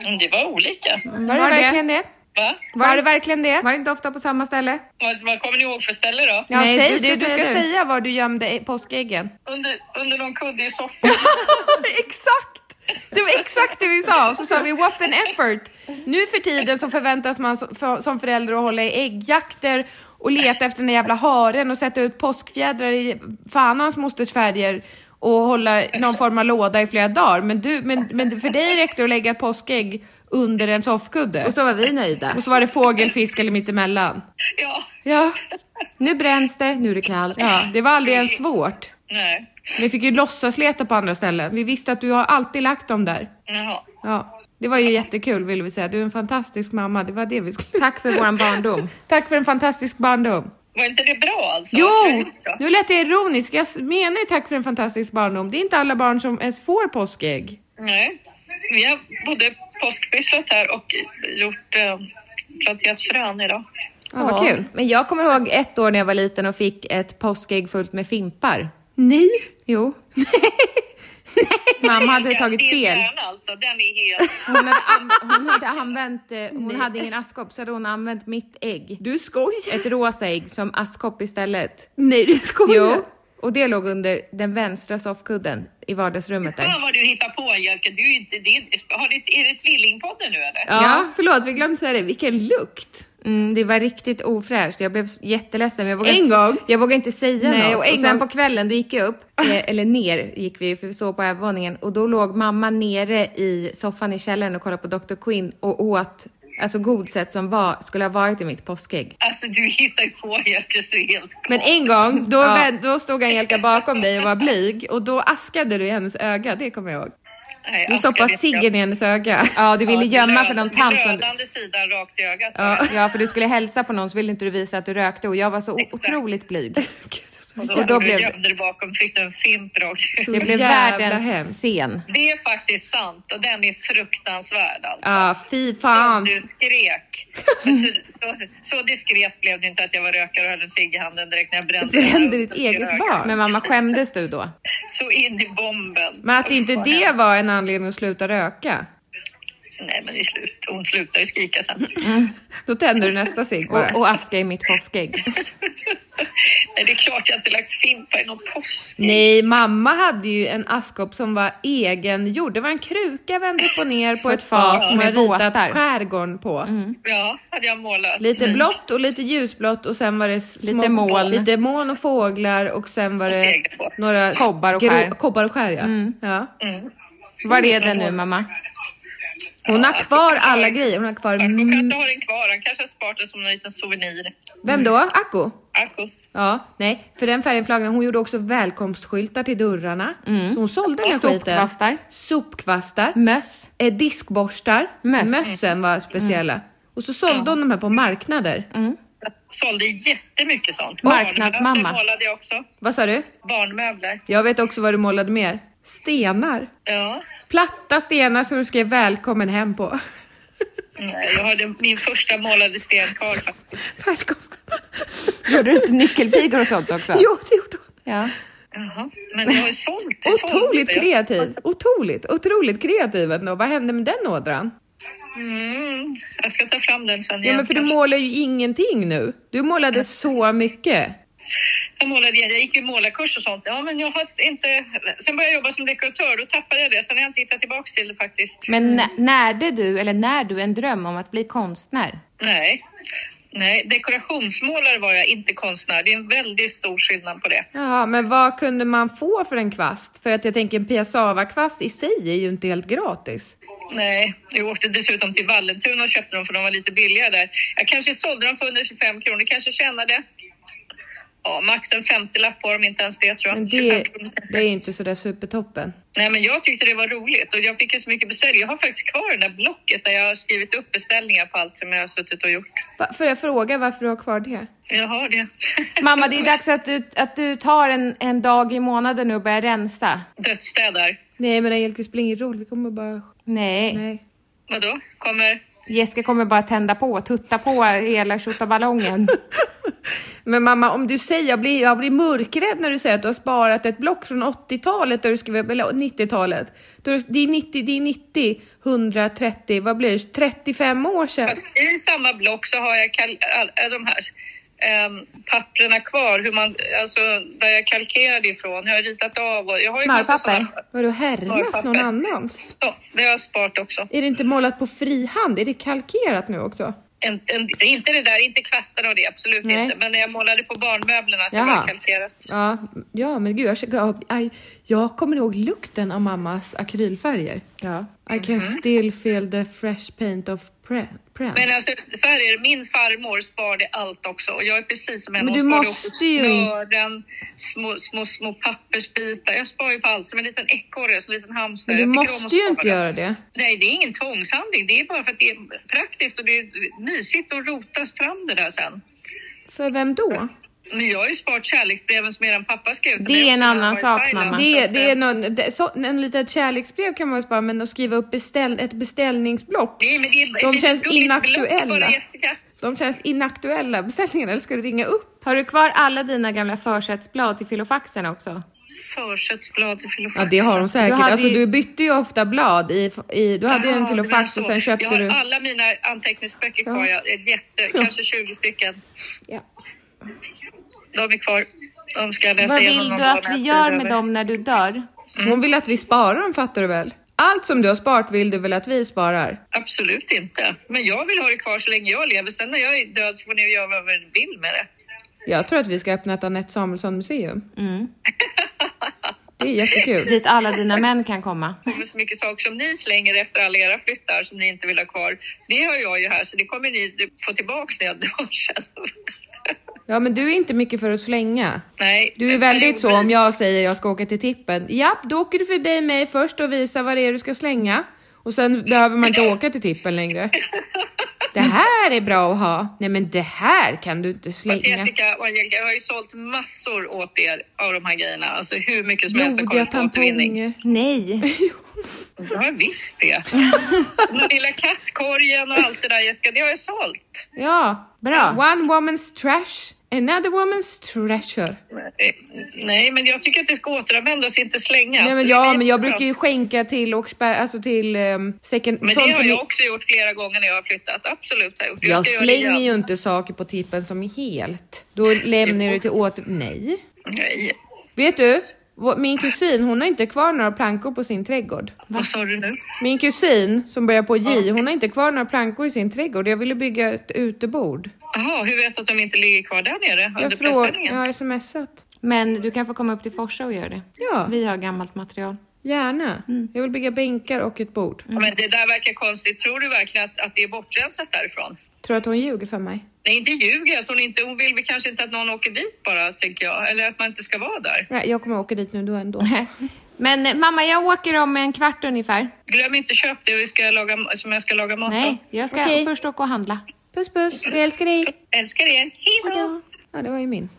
Men det var olika. Var, det verkligen det? Va? Var, det verkligen det? Var det inte ofta på samma ställe? Vad, vad kommer ni ihåg för ställe då? Ja, Nej, säg du du ska ska, du, säga ska du. säga var du gömde i- påskäggen. Under, under någon kudde [laughs] i soffan. [laughs] exakt! Det var exakt det vi sa. Och så sa vi what an effort. Nu för tiden så förväntas man som- för- som förälder att hålla i äggjakter och leta efter den där jävla haren och sätta ut påskfjädrar i fan och hans mosters färger och hålla någon form av låda i flera dagar. Men, du, men, men för dig räckte det att lägga ett påskägg under en soffkudde. Och så var vi nöjda. Och så var det fågel, fisk eller mittemellan. ja. Ja, Nu bränns det, nu är det kallt. ja, det var aldrig ens svårt. Nej. Vi fick ju låtsas leta på andra ställen. Vi visste att du har alltid lagt dem där. Jaha. Ja, det var ju jättekul ville vi säga. Du är en fantastisk mamma, det var det vi skulle... Tack för våran barndom. [laughs] Tack för en fantastisk barndom. Var inte det bra alltså? Jo! Vad skulle jag göra? Nu lät det ironiskt. Jag menar ju tack för en fantastisk barndom. Det är inte alla barn som ens får påskägg. Nej. Vi har både påskpysslat här och gjort eh, planterat frön idag. Ja, vad kul. Men jag kommer ihåg ett år när jag var liten och fick ett påskägg fullt med fimpar. Nej! [laughs] Jo. Mamma hade tagit Din fel. hjärna alltså, den är helt... Hon hade, an- hon hade använt, eh, hon hade ingen askkopp så hade hon använt mitt ägg. Du skojar? Ett rosa ägg som askkopp istället. Nej, du skojar? Jo. Och det låg under den vänstra soffkudden i vardagsrummet där. Fan vad du hittar på Jerka. Du är inte, det är, inte- har det, är det tvillingpodden nu eller? Ja, förlåt, vi glömde säga det. Vilken lukt! Mm, det var riktigt ofräscht. Jag blev s- jätteledsen. men Jag vågade En inte, gång? Jag vågade inte säga Nej, något. och Och, en gång- sen på kvällen då gick jag upp, eh, eller ner gick vi för vi sov på övervåningen och då låg mamma nere i soffan i källaren och kollade på Dr. Quinn och åt alltså godset som var, skulle ha varit i mitt påskägg. Alltså du hittar ju på Jerka så helt... Men en gång, då, vän- då stod Angelica bakom dig och var blyg och då askade du i hennes öga, det kommer jag ihåg. Nej, Du Aska, stoppade vet jag. ciggen i hennes öga. Ja, [laughs] du ville gömma för någon Den tant som... Glödande sidan rakt i ögat. Ja. ja, för du skulle hälsa på någon så ville inte du visa att du rökte och jag var så o- [laughs] otroligt blyg. och då, [laughs] och då blev- du gömde dig bakom fick du en fimp rakt Det blev jävla världens hemskt. scen. Det är faktiskt sant och den är fruktansvärd alltså. Ja, fy fan. Du skrek. Men så, så, så diskret blev det inte att jag var rökare och hade en cigg i handen direkt när jag brände, brände den. ditt eget barn. Men mamma, skämdes [laughs] du då? Så in i bomben. Men att inte det var en anledning att sluta röka. Nej, men i slut, hon slutar ju skrika sen. Mm. Då tänder du nästa cigg bara. Och, och aska i mitt påskägg. Nej, det är klart jag inte lagt Fimpa i någon påsk. Nej, mamma hade ju en askkopp som var egengjord. Det var en kruka vänd upp och ner på ett fat som jag med ritat båtar. Mm. skärgården på. Ja, hade jag målat. Mm. Lite blått och lite ljusblått och sen var det små, Lite moln. lite moln och fåglar och sen var det segelbåt. några Kobbar och grå- skär. Mm. kobbar och skär ja. ja. Var är den nu mamma? Hon har kvar alla grejer. Hon har kvar... Hon Mm. kanske har den kvar. Han kanske har sparat den som en liten souvenir. Vem då? Akko? Akko. Ja, nej, för den färgen flaggade. Hon gjorde också välkomstskyltar till dörrarna. Så hon sålde den här skiten. Mm. Sopkvastar. Sopkvastar. Möss. eh, diskborstar. Möss. Mössen var speciella. Mm. Och så sålde hon de här på marknader. Sålde jättemycket sånt. Marknadsmamma. Barnmöbler målade jag också. Vad sa du? Barnmöbler. Jag vet också vad du målade mer. Stenar. Ja. Platta stenar som du skrev välkommen hem [laughs] på. Nej, jag hade min första målade stenkar faktiskt. Välkommen. Gjorde du inte nyckelpigor och sånt också? [laughs] Jo, det gjorde hon. Ja. Jaha. Men jag har ju sålt. Otroligt sålt det. Alltså. kreativ. Otroligt, otroligt kreativ ändå. Vad hände med den ådran? Mm, jag Alltså. ska ta fram den sen Ja, igen. men för du kanske. målar ju ingenting nu. Du målade så mycket. Jag målade igen. Jag gick ju målarkurs och sånt. Ja, men jag har inte... Sen började jag jobba som dekoratör. Då tappade jag det. Sen har jag inte hittat tillbaks till det faktiskt. Men nä- närde du, eller när du en dröm om att bli konstnär? Nej. Nej, dekorationsmålare var jag, inte konstnär. Det är en väldigt stor skillnad på det. Jaha, men vad kunde man få för en kvast? För att jag tänker en piassava-kvast i sig är ju inte helt gratis. Nej, jag åkte dessutom till Vallentuna och köpte dem för de var lite billiga där. Jag kanske sålde dem för 125 kronor, kanske tjänade ja, max en 50-lapp på dem, inte ens det tror jag. Men 25 det, kronor. det är ju inte sådär supertoppen. Nej, men jag tyckte det var roligt och jag fick ju så mycket beställningar. Jag har faktiskt kvar det där blocket där jag har skrivit upp beställningar på allt som jag har suttit och gjort. Va, får jag fråga varför du har kvar det? Jag har det. Mamma, det är dags att du, att du tar en, en dag i månaden nu och börjar rensa. Dödsstädar. Nej men Angelica, det spelar ingen roll, vi kommer bara... Nej. Nej. Vadå? Kommer... Jessica kommer bara tända på, tutta på hela tjottaballongen. Men mamma, om du säger, jag blir, jag blir mörkrädd när du säger att du har sparat ett block från 80-talet, där du skrev, eller 90-talet. Då du- Det är 90, det är 90, 130, vad blir det? 35 år sedan. Fast i samma block så har jag kal- all, äh, de här ehm, papperna kvar, hur man, alltså, där jag kalkerade ifrån. Jag har ritat av och jag har ju massa Smörpapper. såna- Har du härmat Smörpapper. någon annans? Ja, det har jag sparat också. Är det inte målat på frihand? Är det kalkerat nu också? En, en, inte det där, inte kvastar och det, absolut Nej. inte. Men när jag målade på barnmöblerna så Jaha. var det kalkerat. Ja, ja men gud, jag, jag, aj, jag kommer ihåg lukten av mammas akrylfärger. Ja. I can Mhm. still feel the fresh paint of pre- print. Men alltså, så här är det, min farmor sparade allt också och jag är precis som henne. Men Hon du sparade måste också ju- Snören, små, små, små pappersbitar. Jag sparar ju på allt, som en liten ekorre, som en liten hamster. Men du jag tycker om att måste ju inte spara. göra det. Nej, det är ingen tvångshandling. Det är bara för att det är praktiskt och det är mysigt att rota fram det där sen. För vem då? Men jag har ju sparat kärleksbreven som eran pappa skrev till Det är mig också en när jag annan var i sak, Thailand. mamma. Det, Så det är att, eh, någon, det, så, en litet kärleksbrev kan man ju spara, men att skriva upp beställ, ett beställningsblock. Nej, men det är ett De litet känns gulligt block inaktuella. bara, Jessica. De känns inaktuella beställningarna, eller ska du ringa upp? Har du kvar alla dina gamla försättsblad till filofaxen också? Försättsblad i filofax. Ja det har de säkert. hade Alltså ju- du bytte ju ofta blad i, i du hade ju en Jaha, det filofax var och så. sen köpte jag har du... alla mina anteckningsböcker kvar. Jag är jätte, kanske 20 stycken. Ja. De är kvar. De ska jag läsa Vad igenom vill någon du dag att när vi jag gör tid med över. dem när du dör? Mm. Hon vill att vi sparar dem fattar du väl? Allt som du har sparat vill du väl att vi sparar? Absolut inte. Men jag vill ha det kvar så länge jag lever. Sen när jag är död så får ni göra vad ni vill med det. Jag tror att vi ska öppna ett Anette Samuelsson museum. Mm. Det är jättekul. Dit alla dina män kan komma. kommer så mycket saker som ni slänger efter alla era flyttar som ni inte vill ha kvar. Det har jag ju här så det kommer ni få tillbaks när jag dör [laughs] sen. Ja men du är inte mycket för att slänga. Nej. Du är väldigt så om jag säger jag ska åka till tippen. Japp, då åker du förbi mig först och visar vad det är du ska slänga. Och sen behöver man inte åka till tippen längre. Det här är bra att ha. Nej men det här kan du inte Fast slänga. Jessica och Angelica, jag har ju sålt massor åt er av de här grejerna. Alltså hur mycket som helst som kommer Blodiga på återvinning. tamponger. Nej. Jag har visst [laughs] det. Den här lilla kattkorgen och allt det där Jessica, det har jag sålt. Ja, Bra. One woman's trash Another woman's treasure. Eh, Nej, men jag tycker att det ska återanvändas, inte slängas. Nej, men Det ja, är men jag bra. brukar ju skänka till Åkersberga, alltså till um, second... Men sånt det har till- jag också gjort flera gånger när jag har flyttat. Absolut har jag gjort. Jag ska göra det slänger igen. ju inte saker på tippen som är helt. Då lämnar jag det till åter... Nej. Nej. Vet du? Vår- Min kusin, hon har inte kvar några plankor på sin trädgård. Vad sa du nu? Min kusin som börjar på J, hon har inte kvar några plankor i sin trädgård. Jag ville bygga ett utebord. Jaha, hur vet du att de inte ligger kvar där nere Jag under frågade... presenningen? Jag har smsat. Men du kan få komma upp till Forsa och göra det. Ja. Vi har gammalt material. [laughs] Gärna. Jag vill bygga bänkar och ett bord. Ja, Men det där verkar konstigt. Tror du verkligen att, att det är bortrensat därifrån? Tror att hon ljuger för mig? Nej, inte ljuger jag. Att hon inte hon vill väl kanske inte att någon åker dit bara, tänker jag. Eller att man inte ska vara där. Nej, jag kommer åka dit nu då ändå. Men eh, mamma, jag åker om en kvart ungefär. Glöm inte köp det vi ska laga, som jag ska laga mat av. Nej, jag ska Okej. först åka och handla. Puss puss, vi älskar dig. Älskar er. Hej då! Ja, det var ju min.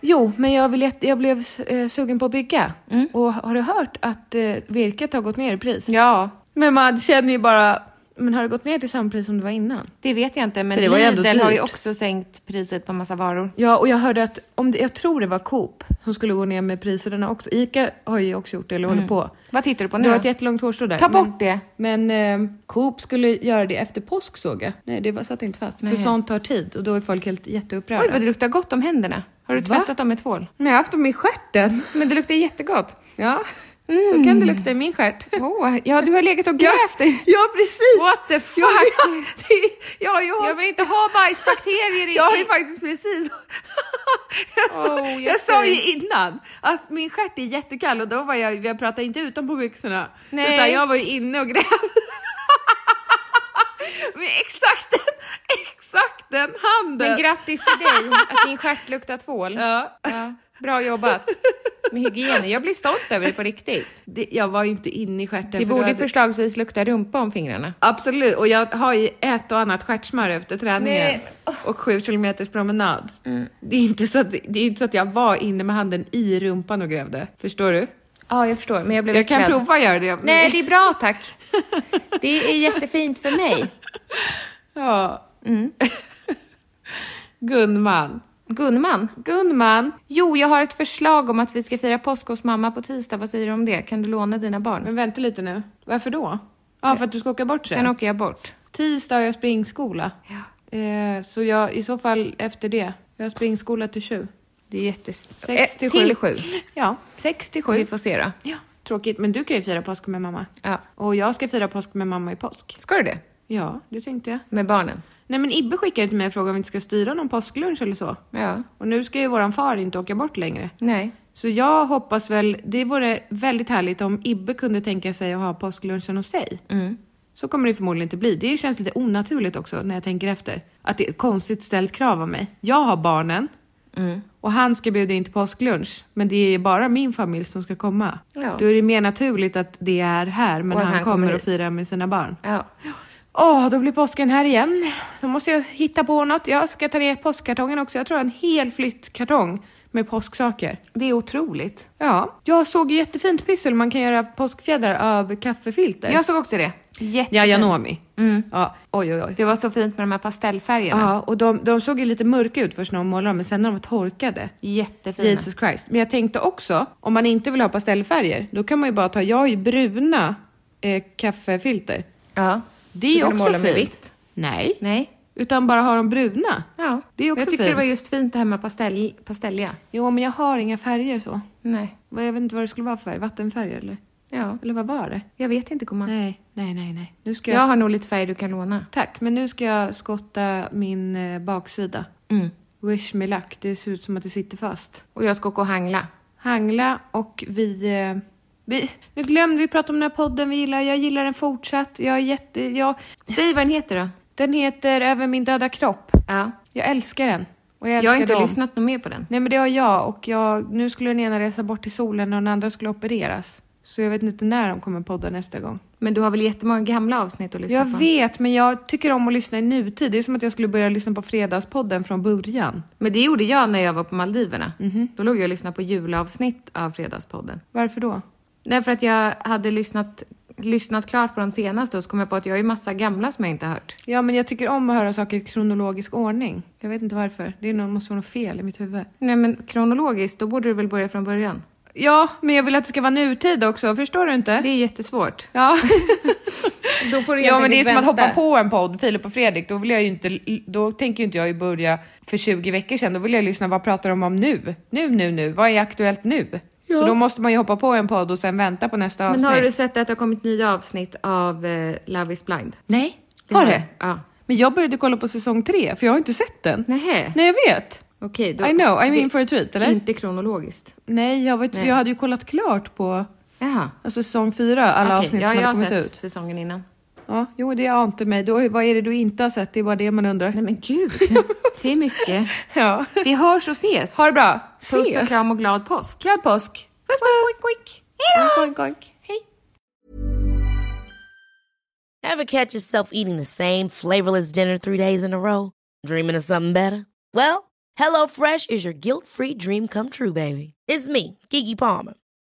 Jo, men jag, vill, jätte- jag blev eh, sugen på att bygga. Och har du hört att eh, virket har gått ner i pris? Mm. Ja, Men man känner ju bara, men har det gått ner till samma pris som det var innan? det vet jag inte. Men För det var ju ändå Lidl har ju dyrt. också sänkt priset på massa varor. Ja, och jag hörde att, om det, jag tror det var Coop som skulle gå ner med priserna också. Ica har ju också gjort det, eller Mm. håller på. Vad tittar du på Det nu var då? ett jättelångt hårstrå där. Ta men- bort det. Men eh, Coop skulle göra det efter påsk såg jag. Nej, det var, satt inte fast. För sånt tar tid och då är folk helt jätteupprörda. Oj, vad det luktar gott om händerna. Har du Va? tvättat dem med tvål? Men jag har haft dem i stjärten. Men det luktar jättegott. Ja, så kan det lukta i min stjärt. Åh, ja, du har legat och grävt dig. Ja, precis! What the fuck? Ja, ja, det, jag, har ju Jag hållit- vill inte ha bajsbakterier i... jag har ju i- faktiskt precis... [laughs] jag sa, Oh, jag jag sa ju ser. innan att min stjärt är jättekall och då var jag, jag pratade inte utom på byxorna. Nej. Utan jag var ju inne och grävde. [laughs] Med exakt den, exakt den handen! Men grattis till dig att din stjärt luktar tvål. ja. Ja, bra jobbat med hygienen. Jag blir stolt över dig på riktigt. det, jag var ju inte inne i stjärten. Det för då borde hade- förslagsvis lukta rumpa om fingrarna. Absolut, och jag har ju ett och annat stjärtsmör efter träningen Nej. Mm. och sju kilometers promenad. Det, är inte så att, det är inte så att jag var inne med handen i rumpan och grävde. Förstår du? Ja, jag förstår, men jag blev Jag kan prova att göra det. Nej, det är bra tack. Det är jättefint för mig. Ja. Mm. [laughs] Gunman. Gunman, Gunman. jo, jag har ett förslag om att vi ska fira påsk hos mamma på tisdag. Vad säger du om det? Kan du låna dina barn? Men vänta lite nu. Varför då? Ja, för att du ska åka bort sen. Sen åker jag bort. Tisdag har jag springskola. Eh, så jag, i så fall efter det. Jag har springskola till sju. Det är jättes... Sex Eh, till till sju. sju. Ja, sex till Vi sju. får se då. Ja, tråkigt. Men du kan ju fira påsk med mamma. Ja. Och jag ska fira påsk med mamma i påsk. Ska du det? Ja, det tänkte jag. Med barnen? Nej men Ibbe skickade till mig och frågade om vi inte ska styra någon påsklunch eller så. Ja. Och nu ska ju våran far inte åka bort längre. Nej. Så jag hoppas väl, det vore väldigt härligt om Ibbe kunde tänka sig att ha påsklunchen hos sig. Mm. Så kommer det förmodligen inte bli. Det känns lite onaturligt också när jag tänker efter. Att det är ett konstigt ställt krav av mig. Jag har barnen Mm. och han ska bjuda in till påsklunch. Men det är bara min familj som ska komma. Ja. Då är det mer naturligt att det är här men Och att han, han kommer kommer och hit. firar med sina barn. Ja. Åh, då blir påsken här igen. Då måste jag hitta på något. Jag ska ta ner påskkartongen också. Jag tror jag har en hel flyttkartong med påsksaker. Det är otroligt. Ja, jag såg ju jättefint pyssel man kan göra påskfjädrar av kaffefilter. Jag såg också det. Jättefint. ja, Janomi. Ja, oj oj oj. Det var så fint med de här pastellfärgerna. Mm. Ja, och de, de såg ju lite mörka ut först när de målade dem, men sen när de var torkade. Jättefina. Jesus Christ. Men jag tänkte också, om man inte vill ha pastellfärger, då kan man ju bara ta, jag har ju bruna eh, kaffefilter. Ja. Det är ju Så du också målar med fint. vitt? Nej. Nej. Utan bara ha dem bruna. Ja. Det är också Jag tyckte fint. det var just fint det här med pastell, pastelliga. Jo, men jag har inga färger så. Nej. Vad- Jag vet inte vad det skulle vara för färg. Vattenfärger eller? Ja. Eller vad var det? Jag vet inte gumman. Nej, nej, nej, nej. Nu ska jag... Jag har nog lite färg du kan låna. Tack, men nu ska jag skotta min eh, baksida. Wish me luck. Det ser ut som att det sitter fast. Och jag ska gå och hangla. Hangla och vi... Eh, vi nu glömde vi prata om den här podden vi gillar. Jag gillar den fortsatt. Jag är jätte... Jag, Säg vad den heter då. den heter Över min döda kropp. Ja. Jag älskar den. Och jag älskar Jag har inte dem. lyssnat något mer på den. Nej men det har jag och jag, nu skulle den ena resa bort till solen och den andra skulle opereras. Så jag vet inte när de kommer podda nästa gång. Men du har väl jättemånga gamla avsnitt att lyssna Jag på? vet men jag tycker om att lyssna i nutid. Det är som att jag skulle börja lyssna på Fredagspodden från början. Men det gjorde jag när jag var på Maldiverna. Då låg jag och lyssnade på julavsnitt av Fredagspodden. Varför då? Därför att jag hade lyssnat lyssnat klart på de senaste och så kom jag på att jag har ju massa gamla som jag inte har hört. Ja, men jag tycker om att höra saker i kronologisk ordning. Jag vet inte varför. Det är någon, måste vara något fel i mitt huvud. Nej men kronologiskt, då borde du väl börja från början? Ja, men jag vill att det ska vara nutid också. Förstår du inte? Det är jättesvårt. Ja. [laughs] Då får du ja, helt men det är enkelt som att hoppa vänta. på en podd, Filip och Fredrik. Då, vill jag ju inte, då tänker ju inte jag ju börja för 20 veckor sedan. Då vill jag lyssna, vad pratar de om nu? Nu, nu, nu. Vad är aktuellt nu? Så då måste man ju hoppa på en podd och sen vänta på nästa Men avsnitt. har du sett att det har kommit nya avsnitt av eh, Love is blind? Nej, har det? Ja. Men jag började kolla på säsong tre, för jag har inte sett den. Nähä. Nej, jag vet. Okej, då... I know, I'm det- in for a treat, eller? Inte kronologiskt. Nej, jag, vet, Nej. jag hade ju kollat klart på Jaha. alltså, säsong fyra, alla Okej, avsnitt ja, som jag har hade kommit sett ut. [laughs] säsongen innan. Ja, jo, det ante mig. Då, vad är det du inte har sett? Det är bara det man undrar. Nej men gud, det är mycket. Ja. Vi hörs och ses. Ha det bra! Puss och Ses! kram och glad påsk. Glad påsk! Puss puss! Oink, oink, oink. Hej! Ever catch yourself eating the same flavorless dinner three days in a row? Dreaming of something better? Well, HelloFresh is your guilt-free dream come true, baby. It's me, Gigi Palmer.